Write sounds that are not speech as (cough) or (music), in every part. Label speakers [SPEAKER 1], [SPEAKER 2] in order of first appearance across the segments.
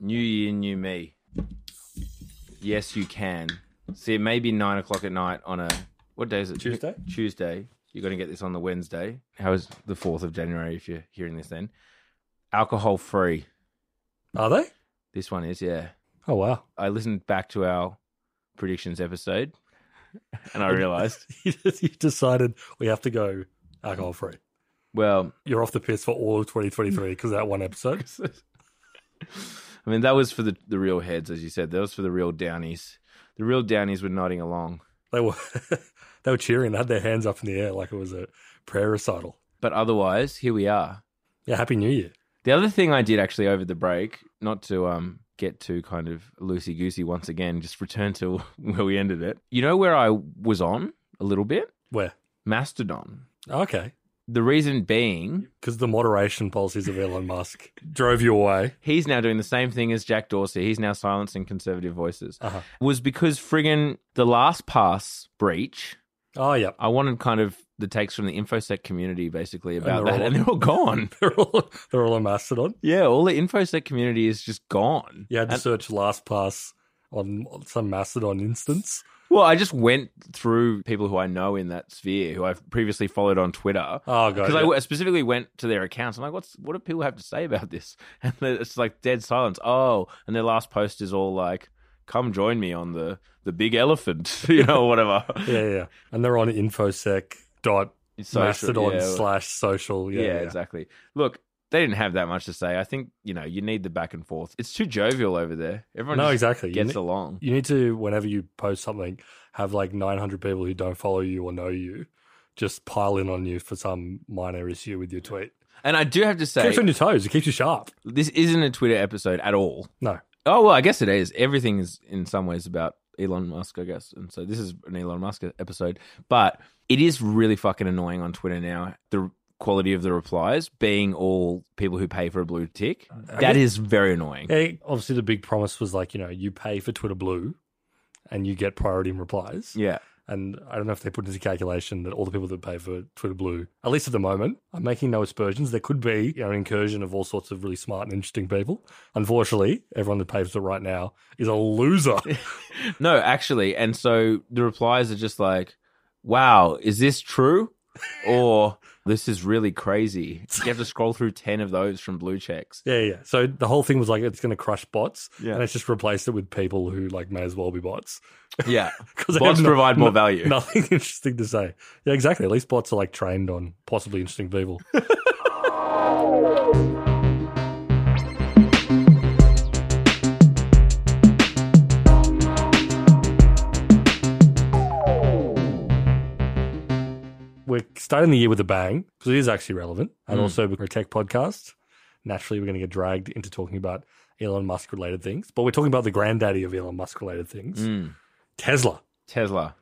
[SPEAKER 1] New year, new me. Yes, you can. See, it may be nine o'clock at night on a what day is it?
[SPEAKER 2] Tuesday?
[SPEAKER 1] Tuesday. You're going to get this on the Wednesday. How is the fourth of January? If you're hearing this, then alcohol free.
[SPEAKER 2] Are they?
[SPEAKER 1] This one is yeah.
[SPEAKER 2] Oh wow!
[SPEAKER 1] I listened back to our predictions episode, and I realized
[SPEAKER 2] (laughs) you decided we have to go alcohol free.
[SPEAKER 1] well.
[SPEAKER 2] You're off the piss for all of 2023 because that one episode.
[SPEAKER 1] I mean, that was for the, the real heads, as you said. That was for the real downies. The real downies were nodding along.
[SPEAKER 2] They were (laughs) they were cheering. They had their hands up in the air like it was a prayer recital.
[SPEAKER 1] But otherwise, here we are.
[SPEAKER 2] Yeah, happy New Year.
[SPEAKER 1] The other thing I did actually over the break, not to um, get too kind of loosey goosey once again, just return to (laughs) where we ended it. You know where I was on a little bit?
[SPEAKER 2] Where?
[SPEAKER 1] Mastodon.
[SPEAKER 2] Okay,
[SPEAKER 1] The reason being,
[SPEAKER 2] because the moderation policies of Elon Musk drove you away.
[SPEAKER 1] he's now doing the same thing as Jack Dorsey. He's now silencing conservative voices.
[SPEAKER 2] Uh-huh.
[SPEAKER 1] Was because friggin' the last pass breach.
[SPEAKER 2] Oh yeah,
[SPEAKER 1] I wanted kind of the takes from the infosec community basically
[SPEAKER 2] And
[SPEAKER 1] about
[SPEAKER 2] they're
[SPEAKER 1] that,
[SPEAKER 2] all-
[SPEAKER 1] and they're all
[SPEAKER 2] (laughs)
[SPEAKER 1] gone.
[SPEAKER 2] (laughs) they're all they're all a mastodon.
[SPEAKER 1] Yeah, all the infosec community is just gone.
[SPEAKER 2] You had to
[SPEAKER 1] And-
[SPEAKER 2] search LastPass on some mastodon instance.
[SPEAKER 1] well, I just went through people who I know in that sphere who I've previously followed on Twitter.
[SPEAKER 2] Oh god,
[SPEAKER 1] Because I
[SPEAKER 2] yeah.
[SPEAKER 1] w- specifically went to their accounts. I'm like, what's what do people have to say about this? (laughs) And then it's like dead silence. Oh, and their last post is all like, "Come join me on the the big elephant," (laughs) you know, whatever.
[SPEAKER 2] (laughs) yeah, yeah, yeah. and they're on infosec dot
[SPEAKER 1] It's social,
[SPEAKER 2] mastodon
[SPEAKER 1] yeah.
[SPEAKER 2] slash social. Yeah,
[SPEAKER 1] yeah,
[SPEAKER 2] yeah.
[SPEAKER 1] exactly. Look, they didn't have that much to say. I think you know you need the back and forth. It's too jovial over there. Everyone
[SPEAKER 2] no,
[SPEAKER 1] just
[SPEAKER 2] exactly. You
[SPEAKER 1] gets
[SPEAKER 2] ne-
[SPEAKER 1] along.
[SPEAKER 2] you need to whenever you post something have like 900 people who don't follow you or know you just pile in on you for some minor issue with your tweet
[SPEAKER 1] And I do have to say,
[SPEAKER 2] keeps you on your toes it keeps you sharp
[SPEAKER 1] this isn't a Twitter episode at all.
[SPEAKER 2] no
[SPEAKER 1] Oh well, I guess it is. Everything is in some ways about Elon Musk, I guess, and so this is an Elon Musk episode. But it is really fucking annoying on Twitter now. The quality of the replies being all people who pay for a blue tick. That is very annoying.
[SPEAKER 2] Hey, obviously the big promise was like you know you pay for twitter blue and you get priority in replies
[SPEAKER 1] Yeah.
[SPEAKER 2] and i don't know if they put into calculation that all the people that pay for twitter blue at least at the moment i'm making no aspersions there could be you know, an incursion of all sorts of really smart and interesting people unfortunately everyone that pays for it right now is
[SPEAKER 1] (laughs)
[SPEAKER 2] a loser
[SPEAKER 1] No, actually, and so the replies are just like, "Wow, is this true?" Or this is really crazy. You have to scroll through ten of those from blue checks.
[SPEAKER 2] Yeah, yeah. So the whole thing was like it's going to crush bots,
[SPEAKER 1] Yeah.
[SPEAKER 2] and it's just replaced it with people who like may as well be bots
[SPEAKER 1] Yeah,
[SPEAKER 2] because
[SPEAKER 1] bots provide more value.
[SPEAKER 2] (laughs) Nothing interesting to say. Yeah, exactly. At least bots are like trained on possibly interesting people. (laughs) We're starting the year with a bang because it is actually relevant, and
[SPEAKER 1] Mm.
[SPEAKER 2] also we're a tech podcast. Naturally, we're going to get dragged into talking about Elon Musk related things, but we're talking about the granddaddy of Elon Musk related things,
[SPEAKER 1] Mm.
[SPEAKER 2] Tesla
[SPEAKER 1] Tesla.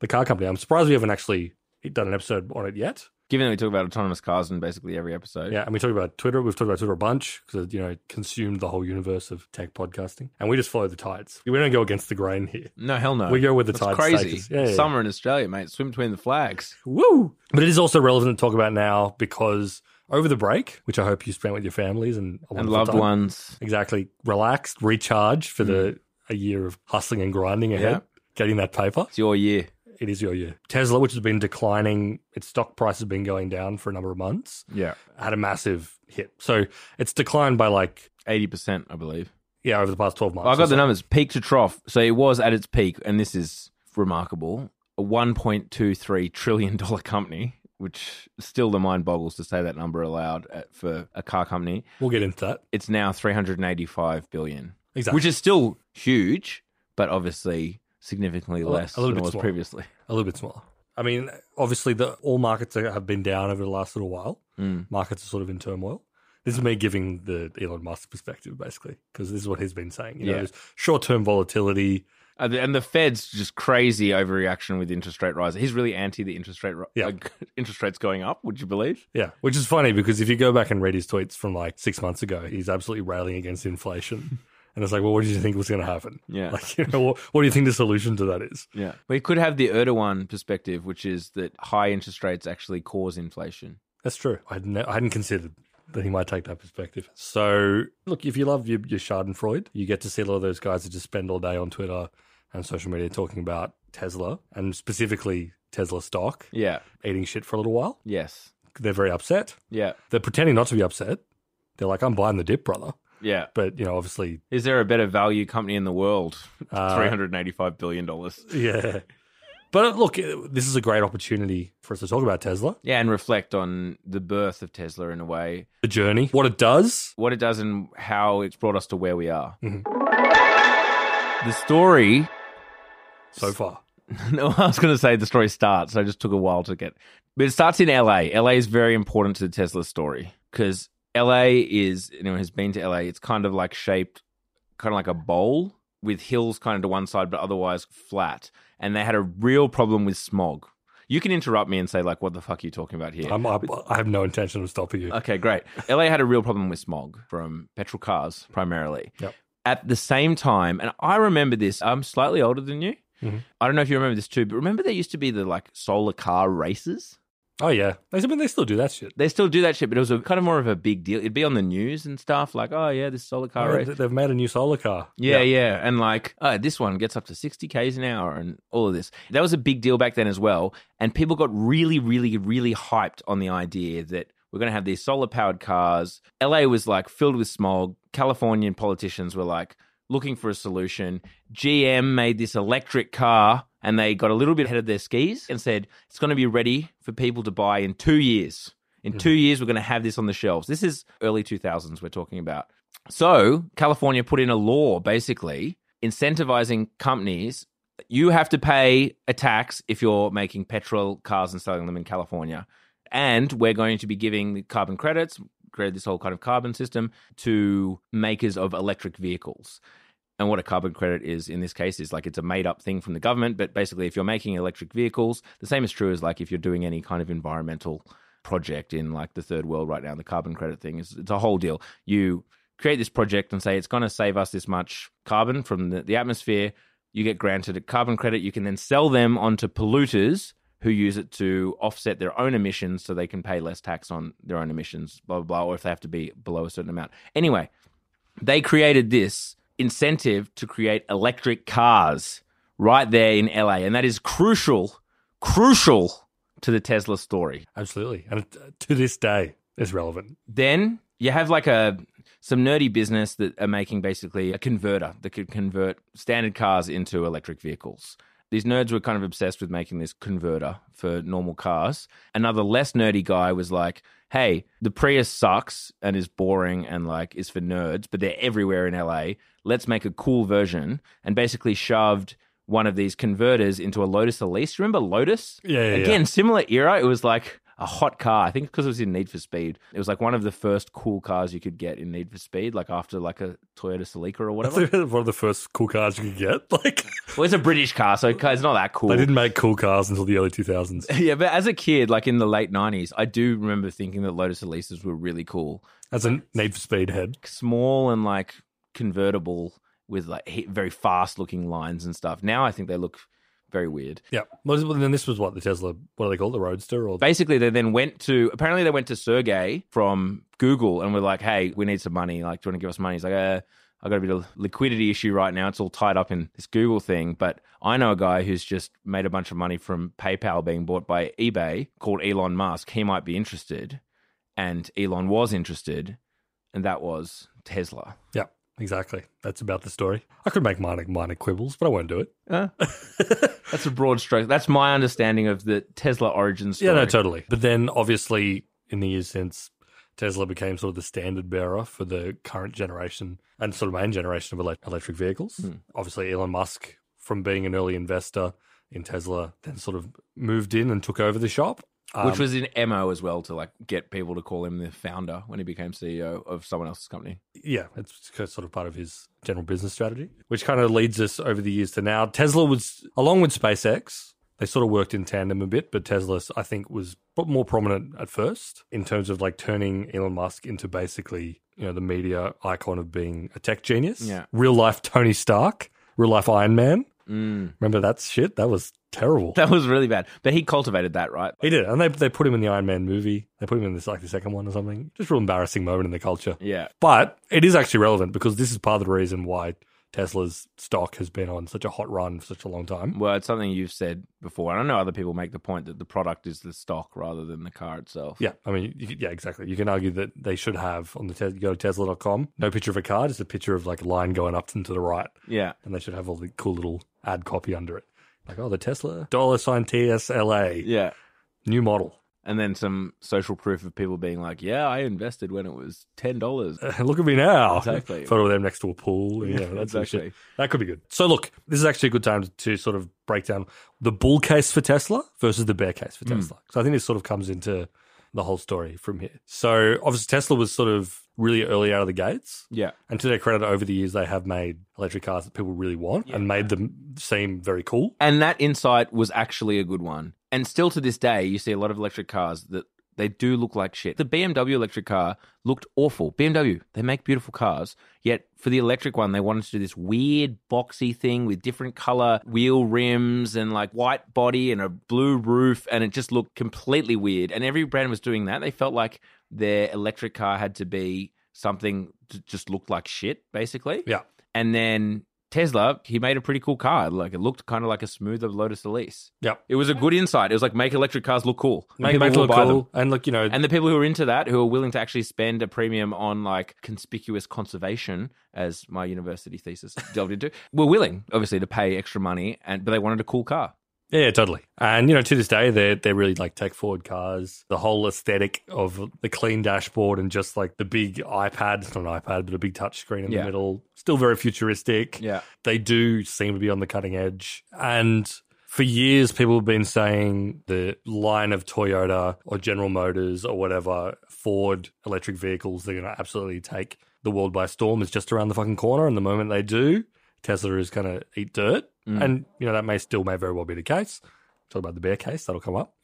[SPEAKER 2] the car company. I'm surprised we haven't actually done an episode on it yet.
[SPEAKER 1] Given that we talk about autonomous cars in basically every episode,
[SPEAKER 2] Yeah, and we talked about Twitter. We've talked about Twitter a bunch because you know it consumed the whole universe of tech podcasting, and we just follow the tides. We don't go against the grain here.
[SPEAKER 1] No, hell no.
[SPEAKER 2] We go where the
[SPEAKER 1] That's
[SPEAKER 2] tides
[SPEAKER 1] crazy.
[SPEAKER 2] take us. Yeah, yeah, yeah.
[SPEAKER 1] Summer in Australia, mate. Swim between the flags.
[SPEAKER 2] Woo! But it is also relevant to talk about now because over the break, which I hope you spent with your families and a
[SPEAKER 1] And
[SPEAKER 2] wonderful
[SPEAKER 1] loved
[SPEAKER 2] time.
[SPEAKER 1] ones. Mm.
[SPEAKER 2] exactly relaxed, recharged for the a year of hustling and grinding ahead,
[SPEAKER 1] Yeah.
[SPEAKER 2] getting that paper.
[SPEAKER 1] It's your year.
[SPEAKER 2] It is your year. Tesla, which has been declining, its stock price has been going down for a number of months.
[SPEAKER 1] Yeah.
[SPEAKER 2] had a massive hit. So it's declined by like
[SPEAKER 1] Eighty percent, I believe.
[SPEAKER 2] yeah over the past twelve months.
[SPEAKER 1] I got
[SPEAKER 2] Oh, So
[SPEAKER 1] the numbers. Peak to trough. So it was at its peak, and this is remarkable. A one point two three trillion dollar company, which still the mind boggles to say that number aloud at, for a car company.
[SPEAKER 2] we'll get into that
[SPEAKER 1] It's now three hundred and eighty five billion,
[SPEAKER 2] exactly.
[SPEAKER 1] which is still huge, but obviously significantly
[SPEAKER 2] li-
[SPEAKER 1] less
[SPEAKER 2] a little
[SPEAKER 1] than
[SPEAKER 2] bit
[SPEAKER 1] it was
[SPEAKER 2] smaller.
[SPEAKER 1] previously.
[SPEAKER 2] a little bit smaller. I mean, obviously, the all markets are- have been down over the last little while.
[SPEAKER 1] Mm.
[SPEAKER 2] Markets are sort of in turmoil. This is me giving the Elon Musk perspective, basically, because this is what he's been saying. You know,
[SPEAKER 1] Yeah.
[SPEAKER 2] there's short-term volatility.
[SPEAKER 1] And the- and the Fed's just crazy overreaction with interest rate rise. He's really anti the interest rate ri-
[SPEAKER 2] Yeah.
[SPEAKER 1] like, (laughs) interest rates going up. Would you believe?
[SPEAKER 2] Yeah, which is funny because if you go back and read his tweets from like six months ago, he's absolutely railing against inflation. (laughs) And it's like, well, what did you think was going to happen? (laughs)
[SPEAKER 1] Yeah.
[SPEAKER 2] Like, you know, what, what do you think the solution to that is?
[SPEAKER 1] Yeah, we could have the Erdogan perspective, which is that high interest rates actually cause inflation.
[SPEAKER 2] That's true. I hadn't, I hadn't considered that he might take that perspective. So, look, if you love your, your Schadenfreude, you get to see a lot of those guys that just spend all day on Twitter and social media talking about Tesla and specifically Tesla stock,
[SPEAKER 1] Yeah.
[SPEAKER 2] eating shit for a little while.
[SPEAKER 1] Yes.
[SPEAKER 2] They're very upset.
[SPEAKER 1] Yeah.
[SPEAKER 2] They're pretending not to be upset. They're like, I'm buying the dip, brother.
[SPEAKER 1] Yeah.
[SPEAKER 2] But, you know, obviously.
[SPEAKER 1] Is there a better value company in the world?
[SPEAKER 2] Uh,
[SPEAKER 1] $385 billion.
[SPEAKER 2] yeah. But uh, look, this is a great opportunity for us to talk about Tesla,
[SPEAKER 1] Yeah, and reflect on the birth of Tesla in a way,
[SPEAKER 2] the journey, what it does.
[SPEAKER 1] what it does and how it's brought us to where we are. The story, (laughs)
[SPEAKER 2] so far.
[SPEAKER 1] no, I was going to say the story starts. I just took a while to get, but it starts in LA. LA is very important to the Tesla story because LA is, anyone who's been to LA, it's kind of like shaped, kind of like a bowl with hills kind of to one side, but otherwise flat. And they had a real problem with smog. You can interrupt me and say, like, what the fuck are you talking about here?
[SPEAKER 2] I'm, I, I have no intention of stopping you.
[SPEAKER 1] (laughs) Okay, great. LA had a real problem with smog from petrol cars primarily.
[SPEAKER 2] Yep.
[SPEAKER 1] At the same time, and I remember this, I'm slightly older than you.
[SPEAKER 2] Mhm.
[SPEAKER 1] I don't know if you remember this too, but remember there used to be the like solar car races?
[SPEAKER 2] Oh, yeah. I mean, they still do that shit.
[SPEAKER 1] They still do that shit, but it was a, kind of more of a big deal. It'd be on the news and stuff like, oh, yeah, this solar car
[SPEAKER 2] Yeah,
[SPEAKER 1] race.
[SPEAKER 2] th- They've made a new solar car.
[SPEAKER 1] Yeah, yeah, And like, oh, this one gets up to 60 Ks an hour and all of this. That was a big deal back then as well. And people got really, really, really hyped on the idea that we're going to have these solar powered cars. LA was like filled with smog. Californian politicians were like looking for a solution. GM made this electric car and they got a little bit ahead of their skis and said, it's going to be ready for people to buy in two years. In two years, we're going to have this on the shelves. This is early 2000s we're talking about. So California put in a law basically incentivizing companies. You have to pay a tax if you're making petrol cars and selling them in California. And we're going to be giving the carbon credits, created this whole kind of carbon system to makers of electric vehicles. And what a carbon credit is in this case is like it's a made up thing from the government. But basically, if you're making electric vehicles, the same is true as like if you're doing any kind of environmental project in like the third world right now, the carbon credit thing is it's a whole deal. You create this project and say it's going to save us this much carbon from the, the atmosphere. You get granted a carbon credit. You can then sell them onto polluters who use it to offset their own emissions so they can pay less tax on their own emissions, blah, blah, blah, or if they have to be below a certain amount. Anyway, they created this incentive to create electric cars right there in LA. And that is crucial, crucial to the Tesla story.
[SPEAKER 2] Absolutely. And it, to this day, it's relevant.
[SPEAKER 1] Then you have like a some nerdy business that are making basically a converter that could convert standard cars into electric vehicles. These nerds were kind of obsessed with making this converter for normal cars. Another less nerdy guy was like, "Hey, the Prius sucks and is boring and like is for nerds, but they're everywhere in LA. Let's make a cool version." And basically shoved one of these converters into a Lotus Elise. Remember Lotus?
[SPEAKER 2] Yeah, yeah, yeah.
[SPEAKER 1] Again, similar era. It was like a hot car. I think because it was in Need for Speed, it was like one of the first cool cars you could get in Need for Speed, like after like a Toyota Celica or
[SPEAKER 2] That's
[SPEAKER 1] whatever.
[SPEAKER 2] like (laughs) one of the first cool cars you could get. (laughs) Like,
[SPEAKER 1] well, it's a British car, so it's not that cool.
[SPEAKER 2] they didn't make cool cars until the early
[SPEAKER 1] (laughs)
[SPEAKER 2] 2000s.
[SPEAKER 1] Yeah, but as a kid, like in the late '90s, I do remember thinking that Lotus Elises were really cool,
[SPEAKER 2] As a Need for Speed head.
[SPEAKER 1] small and like convertible with like he- very fast-looking lines and stuff. Now I think they look very weird.
[SPEAKER 2] Yeah. Well, this- then this was what the Tesla, what do they call it? The Roadster? Or
[SPEAKER 1] basically they then went to apparently they went to Sergey from Google and were like, "Hey, we need some money. Like, do you want to give us money?" He's like, "Uh, I got a bit of liquidity issue right now. It's all tied up in this Google thing, but I know a guy who's just made a bunch of money from PayPal being bought by eBay called Elon Musk. He might be interested." And Elon was interested, and that was Tesla.
[SPEAKER 2] Yeah, exactly. That's about the story. I could make minor, minor quibbles, but I won't do it.
[SPEAKER 1] That's a broad stroke. That's my understanding of the Tesla origin story.
[SPEAKER 2] Yeah, no, totally. But then obviously, in the years since, Tesla became sort of the standard bearer for the current generation and sort of main generation of elec electric vehicles.
[SPEAKER 1] Hmm.
[SPEAKER 2] Obviously, Elon Musk, from being an early investor in Tesla, then sort of moved in and took over the shop. Um,
[SPEAKER 1] which was in mo as well to like get people to call him the founder when he became ceo of someone else's company
[SPEAKER 2] yeah, it's sort of part of his general business strategy, which kind of leads us over the years to now. Tesla was, along with SpaceX, they sort of worked in tandem a bit, but Tesla, I think, was pro- more prominent at first in terms of like turning Elon Musk into basically, you know, the media icon of being a tech genius.
[SPEAKER 1] Yeah.
[SPEAKER 2] Real life Tony Stark, real life Iron Man.
[SPEAKER 1] mm.
[SPEAKER 2] Remember that shit? That was terrible.
[SPEAKER 1] (laughs) That was really bad. But he cultivated that, right?
[SPEAKER 2] He did, and they they put him in the Iron Man movie. They put him in this like the second one or something. Just real embarrassing moment in the culture.
[SPEAKER 1] Yeah.
[SPEAKER 2] But it is actually relevant because this is part of the reason why Tesla's stock has been on such a hot run for such a long time.
[SPEAKER 1] Well, it's something you've said before, and I know other people make the point that the product is the stock rather than the car itself.
[SPEAKER 2] Yeah, I mean, you, could- yeah, exactly. You can argue that they should have on the te- you go to Tesla.com, no picture of a car, just a picture of like a line going up and to the right,
[SPEAKER 1] Yeah.
[SPEAKER 2] and they should have all the cool little ad copy under it, like oh the Tesla dollar sign TSLA
[SPEAKER 1] Yeah.
[SPEAKER 2] new model. (laughs)
[SPEAKER 1] And then some social proof of people being like, "Yeah, I invested when it was ten dollars."
[SPEAKER 2] Look at me now.
[SPEAKER 1] Exactly.
[SPEAKER 2] Photo of them next to a pool.
[SPEAKER 1] (laughs)
[SPEAKER 2] Oh, Yeah, that's exactly.
[SPEAKER 1] exactly.
[SPEAKER 2] That could be good. So, look, this is actually a good time to, to sort of break down the bull case for Tesla versus the bear case for
[SPEAKER 1] Mm.
[SPEAKER 2] Tesla. So, I think this sort of comes into the whole story from here. So, obviously, Tesla was sort of really early out of the gates.
[SPEAKER 1] Yeah.
[SPEAKER 2] And to their credit, over the years, they have made electric cars that people really want
[SPEAKER 1] Yeah.
[SPEAKER 2] and made them seem very cool.
[SPEAKER 1] And that insight was actually a good one. And still to this day, you see a lot of electric cars that they do look like shit. The BMW electric car looked awful. BMW, they make beautiful cars. Yet for the electric one, they wanted to do this weird boxy thing with different color wheel rims and like white body and a blue roof. And it just looked completely weird. And every brand was doing that. They felt like their electric car had to be something that just looked like shit, basically.
[SPEAKER 2] Yeah.
[SPEAKER 1] And then Tesla, he made a pretty cool car. Like it looked kind of like a smoother Lotus Elise.
[SPEAKER 2] Yep.
[SPEAKER 1] It was a good insight. It was like make electric cars look cool. And
[SPEAKER 2] Make,
[SPEAKER 1] people
[SPEAKER 2] make it
[SPEAKER 1] will
[SPEAKER 2] look
[SPEAKER 1] buy
[SPEAKER 2] cool.
[SPEAKER 1] them.
[SPEAKER 2] And look, you know,
[SPEAKER 1] And the people who are into that, who are willing to actually spend a premium on like conspicuous conservation, as my university thesis (laughs) delved into, were willing, obviously, to pay extra money, and but they wanted a cool car.
[SPEAKER 2] Yeah, totally. And you know, to this day, they're they're really like tech forward cars. The whole aesthetic of the clean dashboard and just like the big iPad, it's not an iPad, but a big touch screen in
[SPEAKER 1] Yeah.
[SPEAKER 2] the middle, still very futuristic.
[SPEAKER 1] Yeah,
[SPEAKER 2] They do seem to be on the cutting edge. And for years, people have been saying the line of Toyota or General Motors or whatever Ford electric vehicles, they're going to absolutely take the world by storm. Is just around the fucking corner, and the moment they do, Tesla is going to eat dirt.
[SPEAKER 1] Mm.
[SPEAKER 2] And you know that may still may very well be the case. Talk about the bear case that'll come up,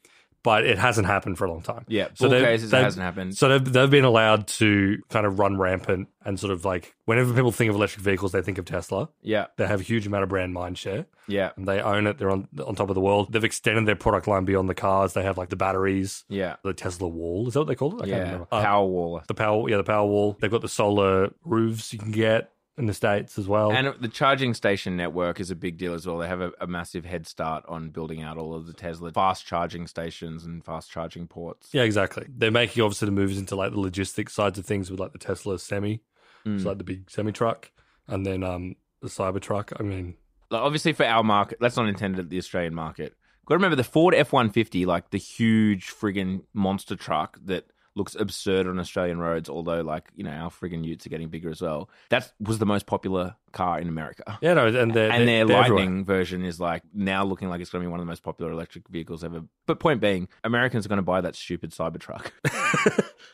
[SPEAKER 2] but it hasn't happened for a long time.
[SPEAKER 1] yeah.
[SPEAKER 2] So
[SPEAKER 1] Bull
[SPEAKER 2] they-
[SPEAKER 1] cases it
[SPEAKER 2] they-
[SPEAKER 1] hasn't happened.
[SPEAKER 2] So they've, they've been allowed to kind of run rampant and sort of like whenever people think of electric vehicles, they think of Tesla.
[SPEAKER 1] yeah,
[SPEAKER 2] They have a huge amount of brand mind share.
[SPEAKER 1] yeah,
[SPEAKER 2] And they own it. They're on on top of the world. They've extended their product line beyond the cars. They have like the batteries,
[SPEAKER 1] yeah,
[SPEAKER 2] the Tesla wall. Is that what they call it? I can't
[SPEAKER 1] yeah.
[SPEAKER 2] remember. Uh,
[SPEAKER 1] Power wall.
[SPEAKER 2] the power, yeah, the power wall. They've got the solar roofs you can get in the states as well.
[SPEAKER 1] And the charging station network is a big deal as well. They have a, a massive head start on building out all of the Tesla fast charging stations and fast charging ports.
[SPEAKER 2] Yeah, exactly. They're making obviously the moves into like the logistics sides of things with like the Tesla semi,
[SPEAKER 1] Mm.
[SPEAKER 2] so like the big semi truck, and then um the Cybertruck. I mean,
[SPEAKER 1] Like, obviously, for our market, that's not intended at the Australian market. Got to remember the Ford F one fifty, like the huge friggin' monster truck that looks absurd on Australian roads. Although, like you know, our friggin' Utes are getting bigger as well. That was the most popular car in America.
[SPEAKER 2] yeah, no, and they're,
[SPEAKER 1] and their
[SPEAKER 2] they're, they're
[SPEAKER 1] lightning
[SPEAKER 2] everywhere.
[SPEAKER 1] version is like now looking like it's going to be one of the most popular electric vehicles ever. But point being, Americans are going to buy that stupid
[SPEAKER 2] (laughs)
[SPEAKER 1] Cybertruck.
[SPEAKER 2] (laughs)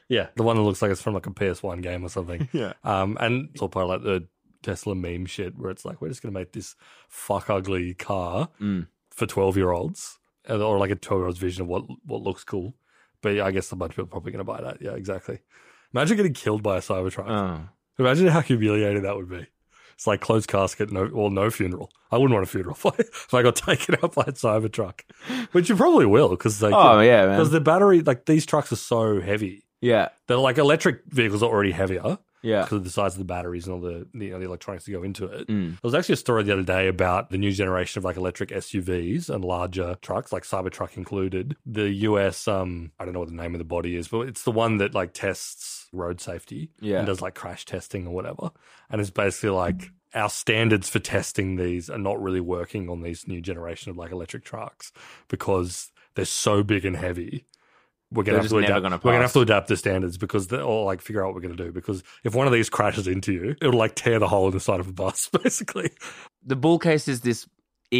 [SPEAKER 2] yeah, the one that looks like it's from like a PS One game or something.
[SPEAKER 1] yeah.
[SPEAKER 2] um, and it's all part of like the Tesla meme shit where it's like we're just gonna make this fuck ugly car
[SPEAKER 1] Mm.
[SPEAKER 2] for twelve year olds, or like a twelve year old's vision of what what looks cool. But yeah, I guess a bunch of people are probably gonna buy that. Yeah, exactly. Imagine getting killed by a Cybertruck.
[SPEAKER 1] Oh.
[SPEAKER 2] Imagine how humiliating that would be. It's like closed casket, no or no funeral. I wouldn't want a funeral (laughs) if I, if I got taken out by a Cybertruck, which you probably will because like uh,
[SPEAKER 1] Oh yeah,
[SPEAKER 2] because
[SPEAKER 1] man.
[SPEAKER 2] the battery like these trucks are so heavy.
[SPEAKER 1] Yeah,
[SPEAKER 2] They're like electric vehicles are already heavier
[SPEAKER 1] yeah.
[SPEAKER 2] because of the size of the batteries and all the the, you know, the electronics that go into it.
[SPEAKER 1] Mm.
[SPEAKER 2] There was actually a story the other day about the new generation of like electric SUVs and larger trucks, like Cybertruck included. The US, um, I don't know what the name of the body is, but it's the one that like tests road safety
[SPEAKER 1] Yeah.
[SPEAKER 2] and does like crash testing or whatever. And it's basically like our standards for testing these are not really working on these new generation of like electric trucks because they're so big and heavy. We're
[SPEAKER 1] They're
[SPEAKER 2] gonna have
[SPEAKER 1] just
[SPEAKER 2] to
[SPEAKER 1] never
[SPEAKER 2] adapt.
[SPEAKER 1] gonna
[SPEAKER 2] We're gonna
[SPEAKER 1] pass.
[SPEAKER 2] have to adapt the standards because they're all like figure out what we're gonna do. Because if one of these crashes into you, it'll like tear the hole in the side of a bus, (laughs) basically.
[SPEAKER 1] The bull case is this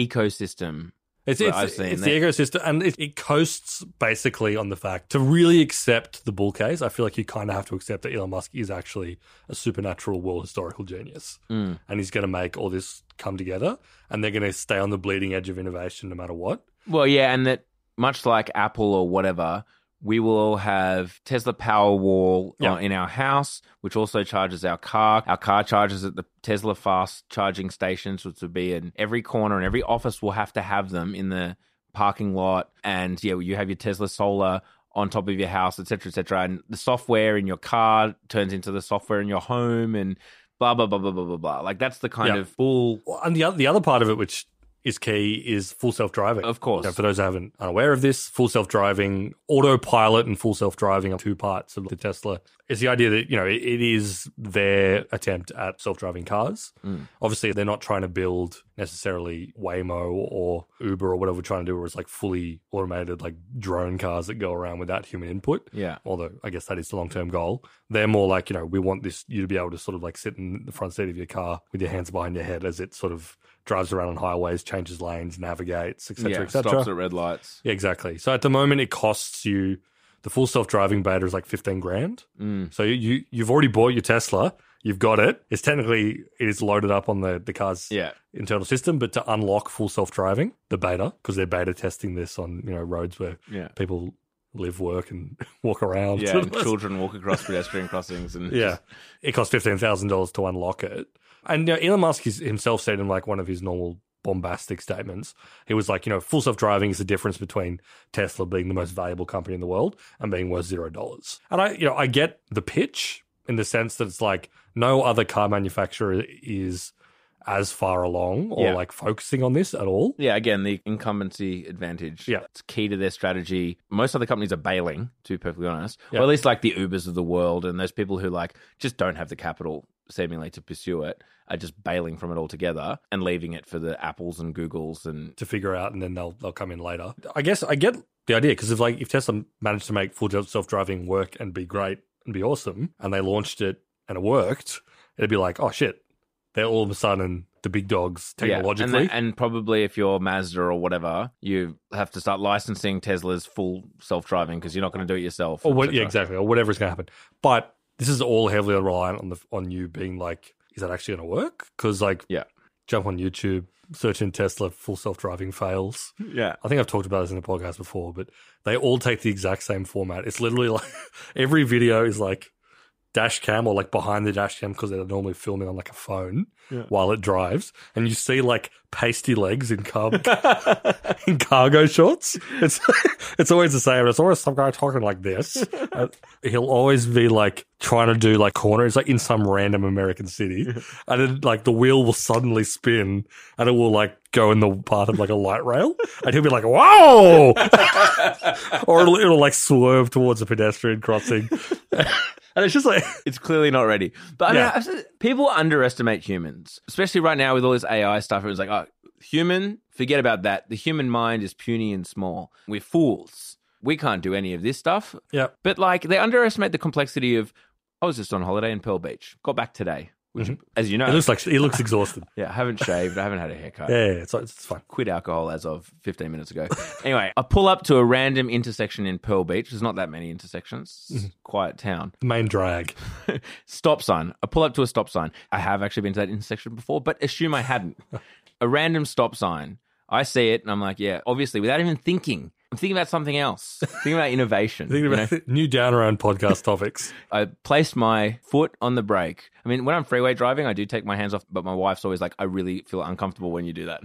[SPEAKER 1] ecosystem.
[SPEAKER 2] It's,
[SPEAKER 1] Well,
[SPEAKER 2] it's,
[SPEAKER 1] I've seen
[SPEAKER 2] it's
[SPEAKER 1] that.
[SPEAKER 2] the ecosystem, and it, it coasts basically on the fact to really accept the bull case. I feel like you kind of have to accept that Elon Musk is actually a supernatural world historical genius,
[SPEAKER 1] Mm.
[SPEAKER 2] and he's going to make all this come together, and they're going to stay on the bleeding edge of innovation no matter what.
[SPEAKER 1] Well, yeah, and that much like Apple or whatever, we will all have Tesla Powerwall
[SPEAKER 2] Yeah.
[SPEAKER 1] uh, in our house, which also charges our car. Our car charges at the Tesla fast charging stations, which would be in every corner and every office will have to have them in the parking lot. And yeah, you have your Tesla solar on top of your house, et cetera, et cetera. And the software in your car turns into the software in your home and blah, blah, blah, blah, blah, blah, blah. Like that's the kind
[SPEAKER 2] Yeah.
[SPEAKER 1] of full,
[SPEAKER 2] Well, and the other, the other part of it, which is key, is full self driving.
[SPEAKER 1] of course.
[SPEAKER 2] Now, for those that haven't unaware of this, full self driving, autopilot, and full self driving are two parts of the Tesla. It's the idea that you know it, it is their attempt at self driving cars.
[SPEAKER 1] Mm.
[SPEAKER 2] Obviously, they're not trying to build necessarily Waymo or Uber or whatever we're trying to do, where it's like fully automated, like drone cars that go around without human input
[SPEAKER 1] Yeah.
[SPEAKER 2] although I guess that is the long term goal. They're more like, you know, we want this you to be able to sort of like sit in the front seat of your car with your hands behind your head as it sort of drives around on highways, changes lanes, navigates, etc.,
[SPEAKER 1] yeah. Stops
[SPEAKER 2] etc.
[SPEAKER 1] at red lights.
[SPEAKER 2] Yeah, exactly. So at the moment, it costs you the full self driving beta is like fifteen grand.
[SPEAKER 1] Mm.
[SPEAKER 2] So you, you you've already bought your Tesla. You've got it. It's technically it is loaded up on the the car's
[SPEAKER 1] Yeah.
[SPEAKER 2] internal system, but to unlock full self driving, the beta because they're beta testing this on you know roads where
[SPEAKER 1] Yeah.
[SPEAKER 2] people live, work, and (laughs) walk around.
[SPEAKER 1] Yeah, and children walk across pedestrian crossings and
[SPEAKER 2] (laughs) Yeah, it costs fifteen thousand dollars to unlock it. And you know, Elon Musk is, himself said in like one of his normal bombastic statements, he was like, you know, full self driving is the difference between Tesla being the most valuable company in the world and being worth zero dollars. And I, you know, I get the pitch in the sense that it's like no other car manufacturer is as far along or
[SPEAKER 1] Yeah.
[SPEAKER 2] like focusing on this at all.
[SPEAKER 1] Yeah, again, the incumbency advantage.
[SPEAKER 2] Yeah.
[SPEAKER 1] It's key to their strategy. Most other companies are bailing, to be perfectly honest.
[SPEAKER 2] Yeah.
[SPEAKER 1] Or at least like the Ubers of the world and those people who like just don't have the capital seemingly to pursue it are just bailing from it altogether and leaving it for the Apples and Googles and
[SPEAKER 2] to figure out, and then they'll they'll come in later. I guess I get the idea because if like if Tesla managed to make full self driving work and be great and be awesome, and they launched it and it worked, it'd be like, oh shit, they're all of a sudden the big dogs
[SPEAKER 1] Yeah, and
[SPEAKER 2] technologically.
[SPEAKER 1] the- and, probably if you're Mazda or whatever, you have to start licensing Tesla's full self driving because you're not going to do it yourself.
[SPEAKER 2] or what,
[SPEAKER 1] etc.
[SPEAKER 2] yeah, exactly, or whatever's going to happen. But this is all heavily reliant on the on you being like, is that actually going to work? Because like,
[SPEAKER 1] Yeah.
[SPEAKER 2] jump on YouTube, search in Tesla full self driving fails.
[SPEAKER 1] Yeah.
[SPEAKER 2] I think I've talked about this in the podcast before, but they all take the exact same format. It's literally like (laughs) every video is like dash cam or like behind the dash cam because they're normally filming on like a phone
[SPEAKER 1] Yeah.
[SPEAKER 2] while it drives, and you see like pasty legs in car (laughs) in (laughs) cargo shorts. It's (laughs) it's always the same. It's always some guy talking
[SPEAKER 1] (laughs)
[SPEAKER 2] like this. Uh, he'll always be like trying to do like corner. It's like in some random American city, and then like the wheel will suddenly spin, and it will like go in the path of like a light rail, and he'll be like, "Whoa!" (laughs) or it'll, it'll like swerve towards a pedestrian crossing, (laughs) and it's just like,
[SPEAKER 1] It's clearly not ready. But I
[SPEAKER 2] Yeah.
[SPEAKER 1] mean, I- people underestimate humans, especially right now with all this AI stuff. It was like, oh, human, forget about that. The human mind is puny and small. We're fools. We can't do any of this stuff.
[SPEAKER 2] yeah,
[SPEAKER 1] But like, they underestimate the complexity of. I was just on holiday in Pearl Beach. Got back today, which, as you know,
[SPEAKER 2] Mm-hmm. it looks like he
[SPEAKER 1] (laughs)
[SPEAKER 2] looks exhausted.
[SPEAKER 1] yeah, I haven't shaved. I haven't had a haircut
[SPEAKER 2] Yeah, yeah, it's it's fine.
[SPEAKER 1] quit alcohol as of 15 minutes ago. (laughs) anyway, I pull up to a random intersection in Pearl Beach. There's not that many intersections.
[SPEAKER 2] Mm-hmm.
[SPEAKER 1] It's a Quiet town.
[SPEAKER 2] The main drag.
[SPEAKER 1] stop sign. I pull up to a stop sign. I have actually been to that intersection before, but assume I
[SPEAKER 2] (laughs)
[SPEAKER 1] hadn't. a random stop sign. I see it and I'm like, yeah, obviously, without even thinking. I'm thinking about something
[SPEAKER 2] (laughs)
[SPEAKER 1] else. Thinking about innovation.
[SPEAKER 2] Thinking
[SPEAKER 1] you know?
[SPEAKER 2] about (laughs) new down around podcast topics.
[SPEAKER 1] I placed my foot on the brake. I mean, when I'm freeway driving, I do take my hands off, but my wife's always like, I really feel uncomfortable when you do
[SPEAKER 2] (laughs)
[SPEAKER 1] that.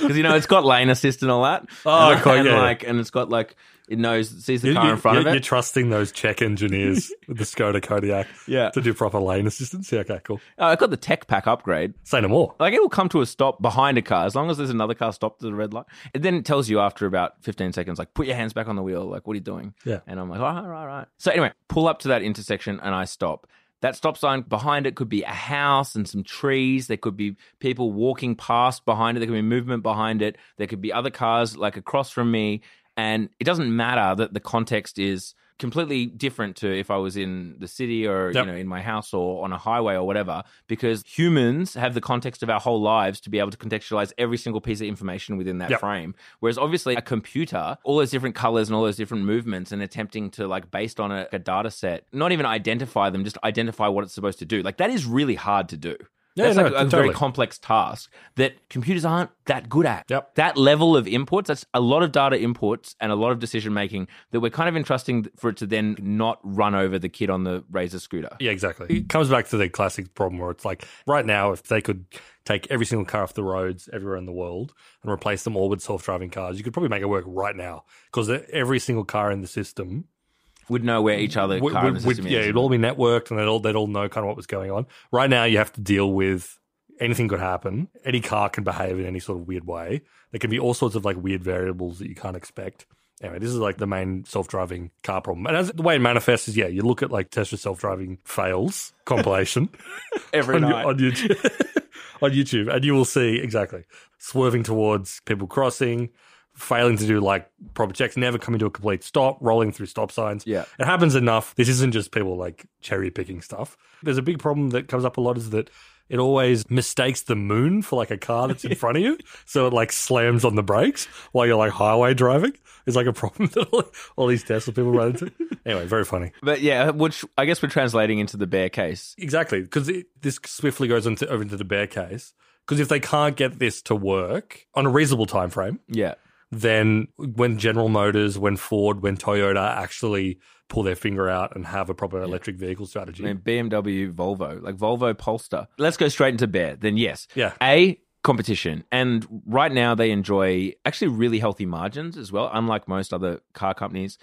[SPEAKER 1] Because, you know, it's got lane assist and all that.
[SPEAKER 2] Oh,
[SPEAKER 1] and,
[SPEAKER 2] okay,
[SPEAKER 1] and,
[SPEAKER 2] yeah.
[SPEAKER 1] like, and it's got like, it knows, it sees the car in front of
[SPEAKER 2] you're-
[SPEAKER 1] it.
[SPEAKER 2] You're trusting those
[SPEAKER 1] (laughs)
[SPEAKER 2] Czech engineers with the Skoda Kodiak
[SPEAKER 1] Yeah.
[SPEAKER 2] to do proper lane assistance. Yeah, okay, cool.
[SPEAKER 1] Oh, I got the tech pack upgrade.
[SPEAKER 2] Say no more.
[SPEAKER 1] Like, it will come to a stop behind a car as long as there's another car stopped at the red light. And then it tells you after about 15 seconds, like, put your hands back on the wheel. Like, what are you doing?
[SPEAKER 2] Yeah.
[SPEAKER 1] And I'm like, all right, right, right. So anyway, pull up to that intersection and I stop. That stop sign behind it could be a house and some trees. There could be people walking past behind it. There could be movement behind it. There could be other cars like across from me. And it doesn't matter that the context is completely different to if I was in the city or
[SPEAKER 2] Yep.
[SPEAKER 1] you know in my house or on a highway or whatever because humans have the context of our whole lives to be able to contextualize every single piece of information within that
[SPEAKER 2] Yep.
[SPEAKER 1] frame whereas obviously a computer all those different colors and all those different movements and attempting to like based on a, a data set not even identify them just identify what it's supposed to do like that is really hard to do
[SPEAKER 2] Yeah,
[SPEAKER 1] that's
[SPEAKER 2] no,
[SPEAKER 1] like a
[SPEAKER 2] totally.
[SPEAKER 1] very complex task that computers aren't that good at.
[SPEAKER 2] Yep.
[SPEAKER 1] That level of imports, that's a lot of data imports and a lot of decision making that we're kind of entrusting for it to then not run over the kid on the Razor scooter.
[SPEAKER 2] Yeah, exactly. It comes back to the classic problem where it's like right now, if they could take every single car off the roads everywhere in the world and replace them all with self driving cars, you could probably make it work right now because every single car in the system
[SPEAKER 1] Would know where each other
[SPEAKER 2] would-
[SPEAKER 1] car in the
[SPEAKER 2] would- would-
[SPEAKER 1] system
[SPEAKER 2] yeah,
[SPEAKER 1] is.
[SPEAKER 2] it'd all be networked and they'd all, they'd all know kind of what was going on. Right now, you have to deal with anything could happen. Any car can behave in any sort of weird way. There can be all sorts of like weird variables that you can't expect. Anyway, this is like the main self-driving car problem. And as, the way it manifests is, yeah, you look at like Tesla self-driving fails (laughs) compilation
[SPEAKER 1] (laughs) every
[SPEAKER 2] on,
[SPEAKER 1] night.
[SPEAKER 2] on YouTube, (laughs) on YouTube, and you will see exactly swerving towards people crossing, failing to do like proper checks, never coming to a complete stop, rolling through stop signs.
[SPEAKER 1] Yeah.
[SPEAKER 2] It happens enough. This isn't just people like cherry picking stuff. There's a big problem that comes up a lot is that it always mistakes the moon for like a car that's in front of you. So it like slams on the brakes while you're like highway driving. It's like a problem (laughs) that all, all these Tesla people run into. Anyway, very funny.
[SPEAKER 1] But yeah, which I guess we're translating into the bear case.
[SPEAKER 2] Exactly, because this swiftly goes into over into the bear case. Because if they can't get this to work on a reasonable time frame,
[SPEAKER 1] Yeah.
[SPEAKER 2] then when General Motors, when Ford, when Toyota actually pull their finger out and have a proper electric vehicle strategy,
[SPEAKER 1] I mean, BMW, Volvo, like Volvo Polster. Let's go straight into bear. Then yes,
[SPEAKER 2] Yeah.
[SPEAKER 1] A competition, and right now they enjoy actually really healthy margins as well. Unlike most other car companies,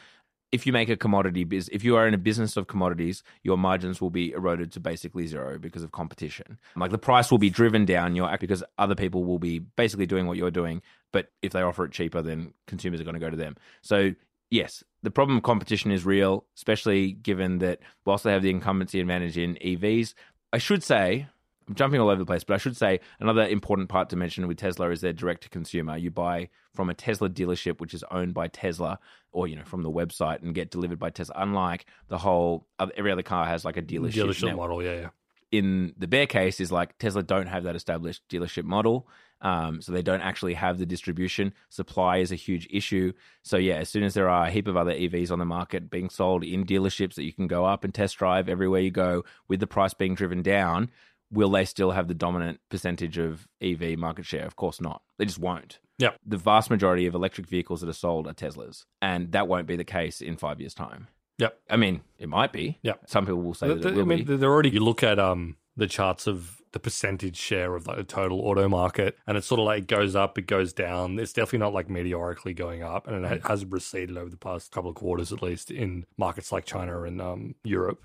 [SPEAKER 1] if you make a commodity biz, if you are in a business of commodities, your margins will be eroded to basically zero because of competition. Like the price will be driven down your because other people will be basically doing what you're doing. But if they offer it cheaper, then consumers are going to go to them. So yes, the problem of competition is real, especially given that whilst they have the incumbency advantage in E EVs, I should say, I'm jumping all over the place, but I should say another important part to mention with Tesla is their direct to consumer. You buy from a Tesla dealership, which is owned by Tesla, or you know from the website and get delivered by Tesla. Unlike the whole other, every other car has like a dealership,
[SPEAKER 2] dealership
[SPEAKER 1] network
[SPEAKER 2] model, yeah, yeah.
[SPEAKER 1] in the bear case is like Tesla don't have that established dealership model. Um, so they don't actually have the distribution. Supply is a huge issue. So yeah, as soon as there are a heap of other EVs on the market being sold in dealerships that you can go up and test drive everywhere you go with the price being driven down, will they still have the dominant percentage of EV market share? Of course not. They just won't.
[SPEAKER 2] Yep.
[SPEAKER 1] The vast majority of electric vehicles that are sold are Teslas, and that won't be the case in five years' time.
[SPEAKER 2] Yep.
[SPEAKER 1] I mean, it might be.
[SPEAKER 2] Yep.
[SPEAKER 1] Some people will say
[SPEAKER 2] The-
[SPEAKER 1] that
[SPEAKER 2] the-
[SPEAKER 1] it will
[SPEAKER 2] I mean,
[SPEAKER 1] be.
[SPEAKER 2] they're already. You look at um the charts of the percentage share of like the total auto market, and it's sort of like it goes up, it goes down. It's definitely not like meteorically going up, and it
[SPEAKER 1] Mm.
[SPEAKER 2] ha- has receded over the past couple of quarters, at least in markets like China and um, Europe.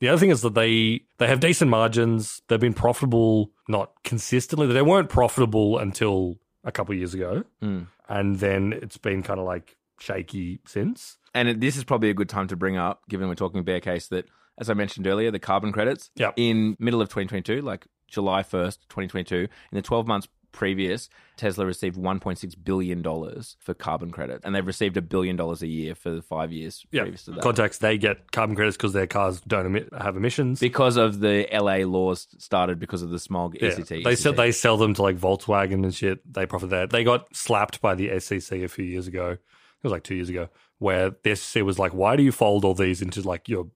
[SPEAKER 2] The other thing is that they they have decent margins. They've been profitable, not consistently. They weren't profitable until a couple of years ago,
[SPEAKER 1] Mm.
[SPEAKER 2] and then it's been kind of like shaky since.
[SPEAKER 1] and it- this is probably a good time to bring up, given we're talking bear case, that as I mentioned earlier, the carbon credits
[SPEAKER 2] Yep.
[SPEAKER 1] in middle of 2022, like July 1st, 2022, in the 12 months previous, Tesla received 1.6 billion dollars for carbon credit, and they've received a billion dollars a year for the five years
[SPEAKER 2] Yeah,
[SPEAKER 1] previous to that.
[SPEAKER 2] contacts they get carbon credits because their cars don't emit, have emissions.
[SPEAKER 1] Because of the LA laws started because of the smog E
[SPEAKER 2] Yeah.
[SPEAKER 1] ECT.
[SPEAKER 2] They sell
[SPEAKER 1] ECT.
[SPEAKER 2] they sell them to like Volkswagen and shit. They profit that. They got slapped by the SEC a few years ago. It was like two years ago, where the SEC was like, "Why do you fold all these into like your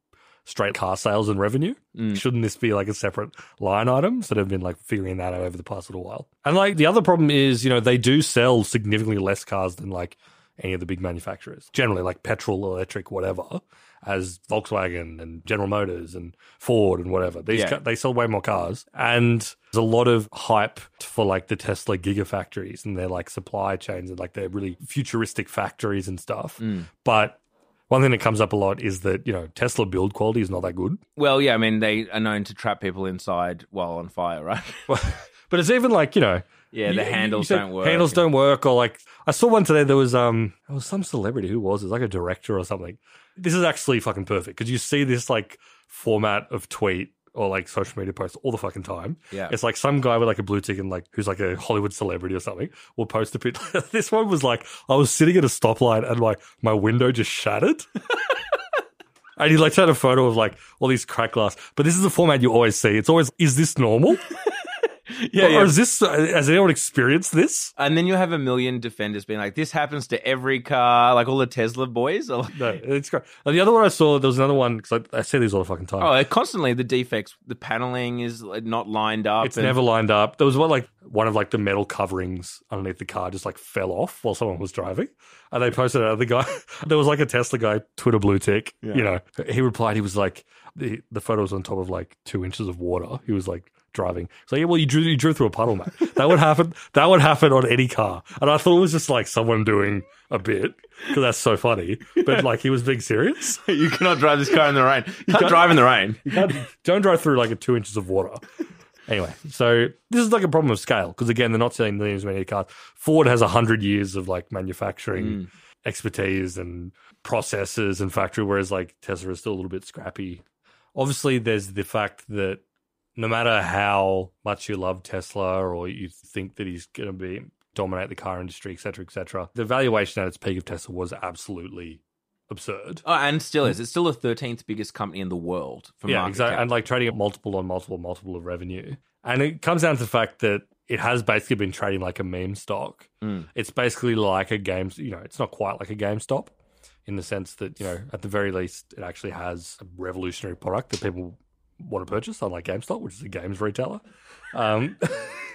[SPEAKER 2] straight car sales and revenue?
[SPEAKER 1] Mm.
[SPEAKER 2] Shouldn't this be like a separate line item?" So they've been like figuring that out over the past little while. And like the other problem is, you know, they do sell significantly less cars than like any of the big manufacturers. Generally, like petrol, electric, whatever, as Volkswagen and General Motors and Ford and whatever. These
[SPEAKER 1] Yeah.
[SPEAKER 2] ca- they sell way more cars, and there's a lot of hype for like the Tesla gigafactories and their like supply chains and like their really futuristic factories and stuff.
[SPEAKER 1] Mm.
[SPEAKER 2] But one thing that comes up a lot is that you know Tesla build quality is not that good.
[SPEAKER 1] Well, yeah, I mean, they are known to trap people inside while on fire, right? (laughs)
[SPEAKER 2] but it's even like you know
[SPEAKER 1] yeah, the
[SPEAKER 2] You- you-
[SPEAKER 1] handles
[SPEAKER 2] you said
[SPEAKER 1] don't work.
[SPEAKER 2] Handles don't work, or like I saw one today. There was um, it was some celebrity who was it was like a director or something. This is actually fucking perfect because you see this like format of tweet or like social media posts all the fucking time.
[SPEAKER 1] Yeah.
[SPEAKER 2] It's like some guy with like a blue tick and like who's like a Hollywood celebrity or something will post a bit. (laughs) this one was like I was sitting at a stoplight and like my window just shattered. (laughs) And he like had a photo of like all these cracked glass, but this is the format you always see. It's always, is this normal?
[SPEAKER 1] yeah, (laughs)
[SPEAKER 2] or
[SPEAKER 1] yeah.
[SPEAKER 2] is this? uh, Has anyone experienced this?
[SPEAKER 1] And then you'll have a million defenders being like, this happens to every car. Like all the Tesla boys are like,
[SPEAKER 2] No, it's great. And the other one I saw, there was another one because I, I see these all the fucking time.
[SPEAKER 1] oh, constantly the defects, the paneling is like, not lined up.
[SPEAKER 2] it's
[SPEAKER 1] and-
[SPEAKER 2] never lined up. There was one like one of like the metal coverings underneath the car just like fell off while someone was driving, and they posted it. The guy (laughs) there was like a Tesla guy Twitter blue tick.
[SPEAKER 1] Yeah.
[SPEAKER 2] You know, he replied. He was like the the photo was on top of like two inches of water. He was like driving. So yeah, well you drew you drew through a
[SPEAKER 1] (laughs)
[SPEAKER 2] puddle, mate. That would happen. That would happen on any car. And I thought it was just like someone doing a bit because that's so funny. But like he was being serious.
[SPEAKER 1] (laughs) you cannot drive this car in the rain. You can't
[SPEAKER 2] can't-
[SPEAKER 1] drive in the rain.
[SPEAKER 2] You (laughs) can't- don't drive through like a two inches of water. Anyway, so this is like a problem of scale because again, they're not selling millions as many cars. Ford has hundred years of like manufacturing
[SPEAKER 1] Mm.
[SPEAKER 2] expertise and processes and factory, whereas like Tesla is still a little bit scrappy. Obviously, there's the fact that no matter how much you love Tesla or you think that he's going to be dominate the car industry, et cetera, et cetera, the valuation at its peak of Tesla was absolutely absurd.
[SPEAKER 1] Oh, and still is. It's still the 13th biggest company in the world for
[SPEAKER 2] yeah,
[SPEAKER 1] market
[SPEAKER 2] exactly.
[SPEAKER 1] cap.
[SPEAKER 2] And like trading at multiple on multiple, multiple of revenue. And it comes down to the fact that it has basically been trading like a meme stock.
[SPEAKER 1] Mm.
[SPEAKER 2] It's basically like a game, you know, it's not quite like a GameStop in the sense that, you know, at the very least, it actually has a revolutionary product that people want to purchase, unlike GameStop, which is a games retailer. Um, (laughs)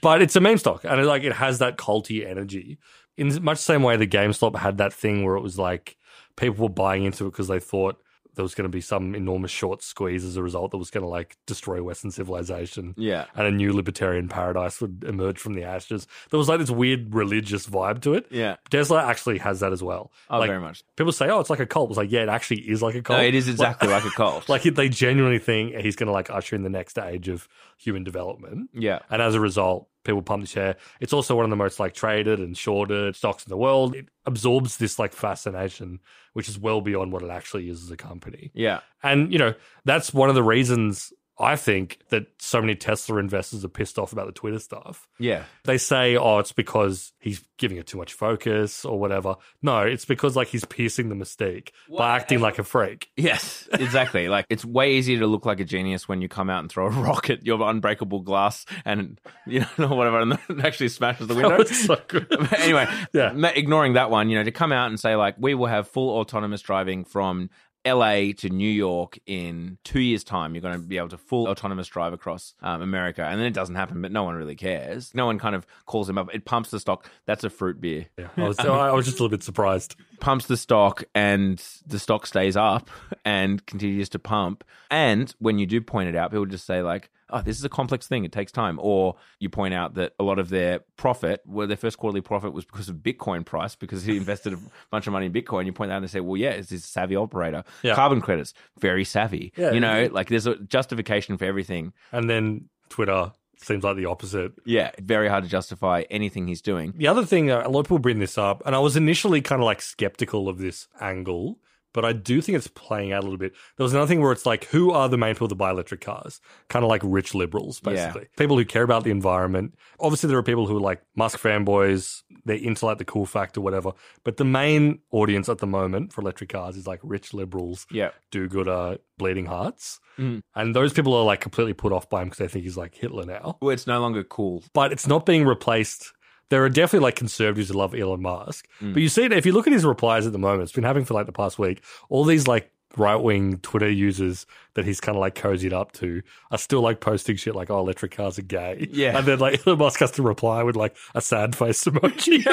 [SPEAKER 2] but it's a meme stock, and it, like it has that culty energy in much the same way the GameStop had that thing where it was like people were buying into it because they thought there was going to be some enormous short squeeze as a result that was going to like destroy Western civilization.
[SPEAKER 1] yeah.
[SPEAKER 2] And a new libertarian paradise would emerge from the ashes. There was like this weird religious vibe to it.
[SPEAKER 1] Yeah.
[SPEAKER 2] Tesla actually has that as well.
[SPEAKER 1] Oh,
[SPEAKER 2] like
[SPEAKER 1] very much.
[SPEAKER 2] people say, "Oh, it's like a cult." It's like, yeah, it actually is like a cult.
[SPEAKER 1] No, it is exactly like, a cult.
[SPEAKER 2] (laughs) Like they genuinely think he's going to like usher in the next age of human development.
[SPEAKER 1] yeah.
[SPEAKER 2] And as a result, people pump the share. It's also one of the most like traded and shorted stocks in the world. It absorbs this like fascination, which is well beyond what it actually is as a company.
[SPEAKER 1] Yeah.
[SPEAKER 2] And, you know, that's one of the reasons I think that so many Tesla investors are pissed off about the Twitter stuff.
[SPEAKER 1] Yeah.
[SPEAKER 2] They say, oh, it's because he's giving it too much focus or whatever. No, it's because like he's piercing the mystique
[SPEAKER 1] Well,
[SPEAKER 2] by acting like a freak.
[SPEAKER 1] Yes, exactly. like it's way easier to look like a genius when you come out and throw a (laughs) rock at your unbreakable glass and you know (laughs) whatever and it actually smashes the window.
[SPEAKER 2] (laughs) That was so good.
[SPEAKER 1] (laughs) But anyway,
[SPEAKER 2] Yeah.
[SPEAKER 1] ma- ignoring that one, you know, to come out and say like we will have full autonomous driving from LA to New York in two years' time. You're going to be able to full autonomous drive across um, America, and then it doesn't happen. But no one really cares. No one kind of calls them up. It pumps the stock. That's a fruit beer.
[SPEAKER 2] (laughs) Yeah, I was, I was just a little bit surprised.
[SPEAKER 1] Pumps the stock, and the stock stays up and continues to pump. And when you do point it out, people just say like. Oh, this is a complex thing. It takes time. Or you point out that a lot of their profit, well, their first quarterly profit was because of Bitcoin price, because he (laughs) invested a bunch of money in Bitcoin. You point that out and they say, well, yeah, it's this savvy operator.
[SPEAKER 2] Yeah.
[SPEAKER 1] Carbon credits, very savvy.
[SPEAKER 2] Yeah.
[SPEAKER 1] you know, like there's a justification for everything.
[SPEAKER 2] And then Twitter seems like the opposite.
[SPEAKER 1] Yeah. Very hard to justify anything he's doing.
[SPEAKER 2] The other thing, uh, a lot of people bring this up, and I was initially kind of like skeptical of this angle, but I do think it's playing out a little bit. There was another thing where it's like, who are the main people that buy electric cars? Kind of like rich liberals,
[SPEAKER 1] Yeah.
[SPEAKER 2] basically. People who care about the environment. Obviously, there are people who are like Musk fanboys, they're into like the cool factor, whatever. But the main audience at the moment for electric cars is like rich liberals,
[SPEAKER 1] Yeah.
[SPEAKER 2] do gooder, bleeding hearts.
[SPEAKER 1] Mm.
[SPEAKER 2] And those people are like completely put off by him because they think he's like Hitler now
[SPEAKER 1] Well, it's no longer cool.
[SPEAKER 2] but it's not being replaced. There are definitely like conservatives who love Elon Musk,
[SPEAKER 1] Mm.
[SPEAKER 2] but you see it if you look at his replies at the moment. It's been happening for like the past week. All these like right wing Twitter users that he's kind of like cozied up to are still like posting shit like "oh, electric cars are gay,"
[SPEAKER 1] Yeah.
[SPEAKER 2] and then like (laughs) Elon Musk has to reply with like a sad face (laughs) emoji,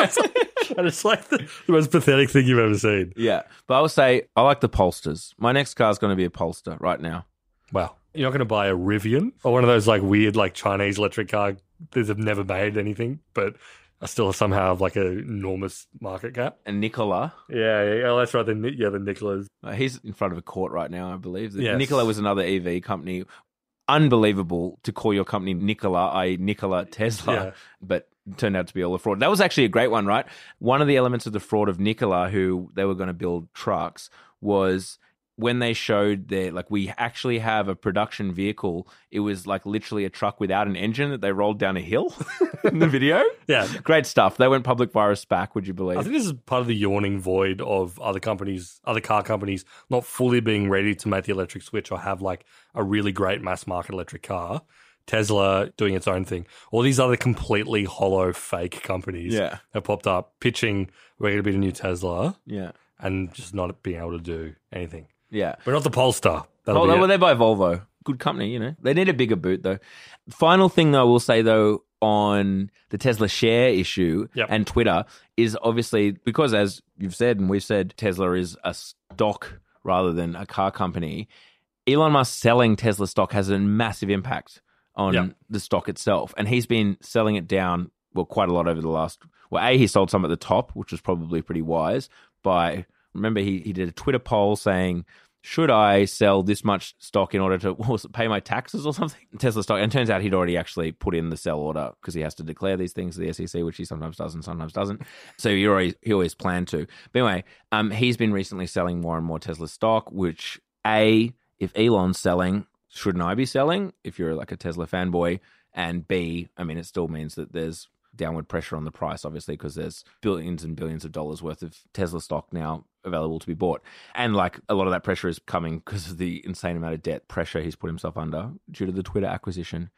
[SPEAKER 2] and it's like the, the most pathetic thing you've ever seen.
[SPEAKER 1] Yeah. But I would say I like the pollsters. My next car's going to be a pollster right now.
[SPEAKER 2] Wow, you're not going to buy a Rivian or one of those like weird like Chinese electric car that have never made anything, but are still somehow have like an enormous market cap.
[SPEAKER 1] And Nicola,
[SPEAKER 2] Yeah, yeah, oh, that's right. The Ni- yeah, the Nicholas.
[SPEAKER 1] uh, he's in front of a court right now, I believe.
[SPEAKER 2] Yes.
[SPEAKER 1] Nicola was another EV company. Unbelievable to call your company Nicola, i.e., Nikola Tesla.
[SPEAKER 2] Yeah.
[SPEAKER 1] but it turned out to be all a fraud. That was actually a great one, right? One of the elements of the fraud of Nikola, who they were going to build trucks, was when they showed their like we actually have a production vehicle. It was like literally a truck without an engine that they rolled down a hill (laughs) in the video.
[SPEAKER 2] Yeah.
[SPEAKER 1] Great stuff. They went public via a SPAC. Would you
[SPEAKER 2] I
[SPEAKER 1] believe?
[SPEAKER 2] think this is part of the yawning void of other companies, other car companies not fully being ready to make the electric switch or have like a really great mass market electric car Tesla doing its own thing. All these other completely hollow fake companies
[SPEAKER 1] Yeah.
[SPEAKER 2] have popped up pitching we're going to be the new Tesla
[SPEAKER 1] Yeah.
[SPEAKER 2] and just not being able to do anything.
[SPEAKER 1] Yeah.
[SPEAKER 2] We're not the Polestar. That'll
[SPEAKER 1] Oh,
[SPEAKER 2] be
[SPEAKER 1] they,
[SPEAKER 2] it.
[SPEAKER 1] well, they buy Volvo. Good company, you know. They need a bigger boot, though. Final thing I will say, though, on the Tesla share issue
[SPEAKER 2] Yep.
[SPEAKER 1] and Twitter is obviously because, as you've said and we've said, Tesla is a stock rather than a car company. Elon Musk selling Tesla stock has a massive impact on
[SPEAKER 2] Yep.
[SPEAKER 1] the stock itself. And he's been selling it down, well, quite a lot over the last. Well, A, he sold some at the top, which was probably pretty wise. By remember, he, he did a Twitter poll saying, should I sell this much stock in order to (laughs) what was it, pay my taxes or something? Tesla stock. And it turns out he'd already actually put in the sell order because he has to declare these things to the SEC, which he sometimes does and sometimes doesn't. So he already he always planned to. But anyway, um, he's been recently selling more and more Tesla stock, which A, if Elon's selling, shouldn't I be selling if you're like a Tesla fanboy? And B, I mean, it still means that there's downward pressure on the price, obviously, because there's billions and billions of dollars worth of Tesla stock now available to be bought. And like a lot of that pressure is coming because of the insane amount of debt pressure he's put himself under due to the Twitter acquisition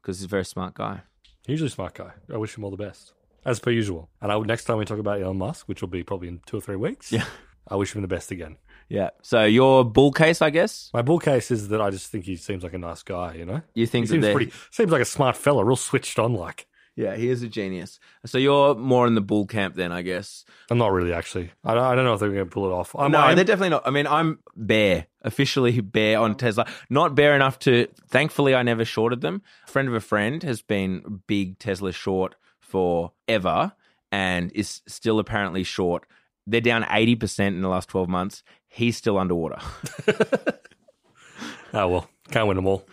[SPEAKER 1] because he's a very smart guy.
[SPEAKER 2] Hugely smart guy. I wish him all the best, as per usual. And I, next time we talk about Elon Musk, which will be probably in two or three weeks,
[SPEAKER 1] Yeah.
[SPEAKER 2] I wish him the best again.
[SPEAKER 1] Yeah. So your bull case, I guess,
[SPEAKER 2] My bull case is that I just think he seems like a nice guy. You know,
[SPEAKER 1] you
[SPEAKER 2] he
[SPEAKER 1] think that
[SPEAKER 2] seems
[SPEAKER 1] they're-
[SPEAKER 2] pretty. Seems like a smart fella, real switched on. Like
[SPEAKER 1] yeah, he is a genius. So you're more in the bull camp then, I guess.
[SPEAKER 2] I'm not really actually. I don't, I don't know if they're going to pull it off. I'm,
[SPEAKER 1] no,
[SPEAKER 2] I'm-
[SPEAKER 1] they're definitely not. I mean, I'm bear, officially (laughs) bear on Tesla. Not bear enough to, thankfully, I never shorted them. A friend of a friend has been a big Tesla short forever and is still apparently short. They're down 80% in the last 12 (laughs) months. He's still underwater.
[SPEAKER 2] oh well, Ah, can't win them all.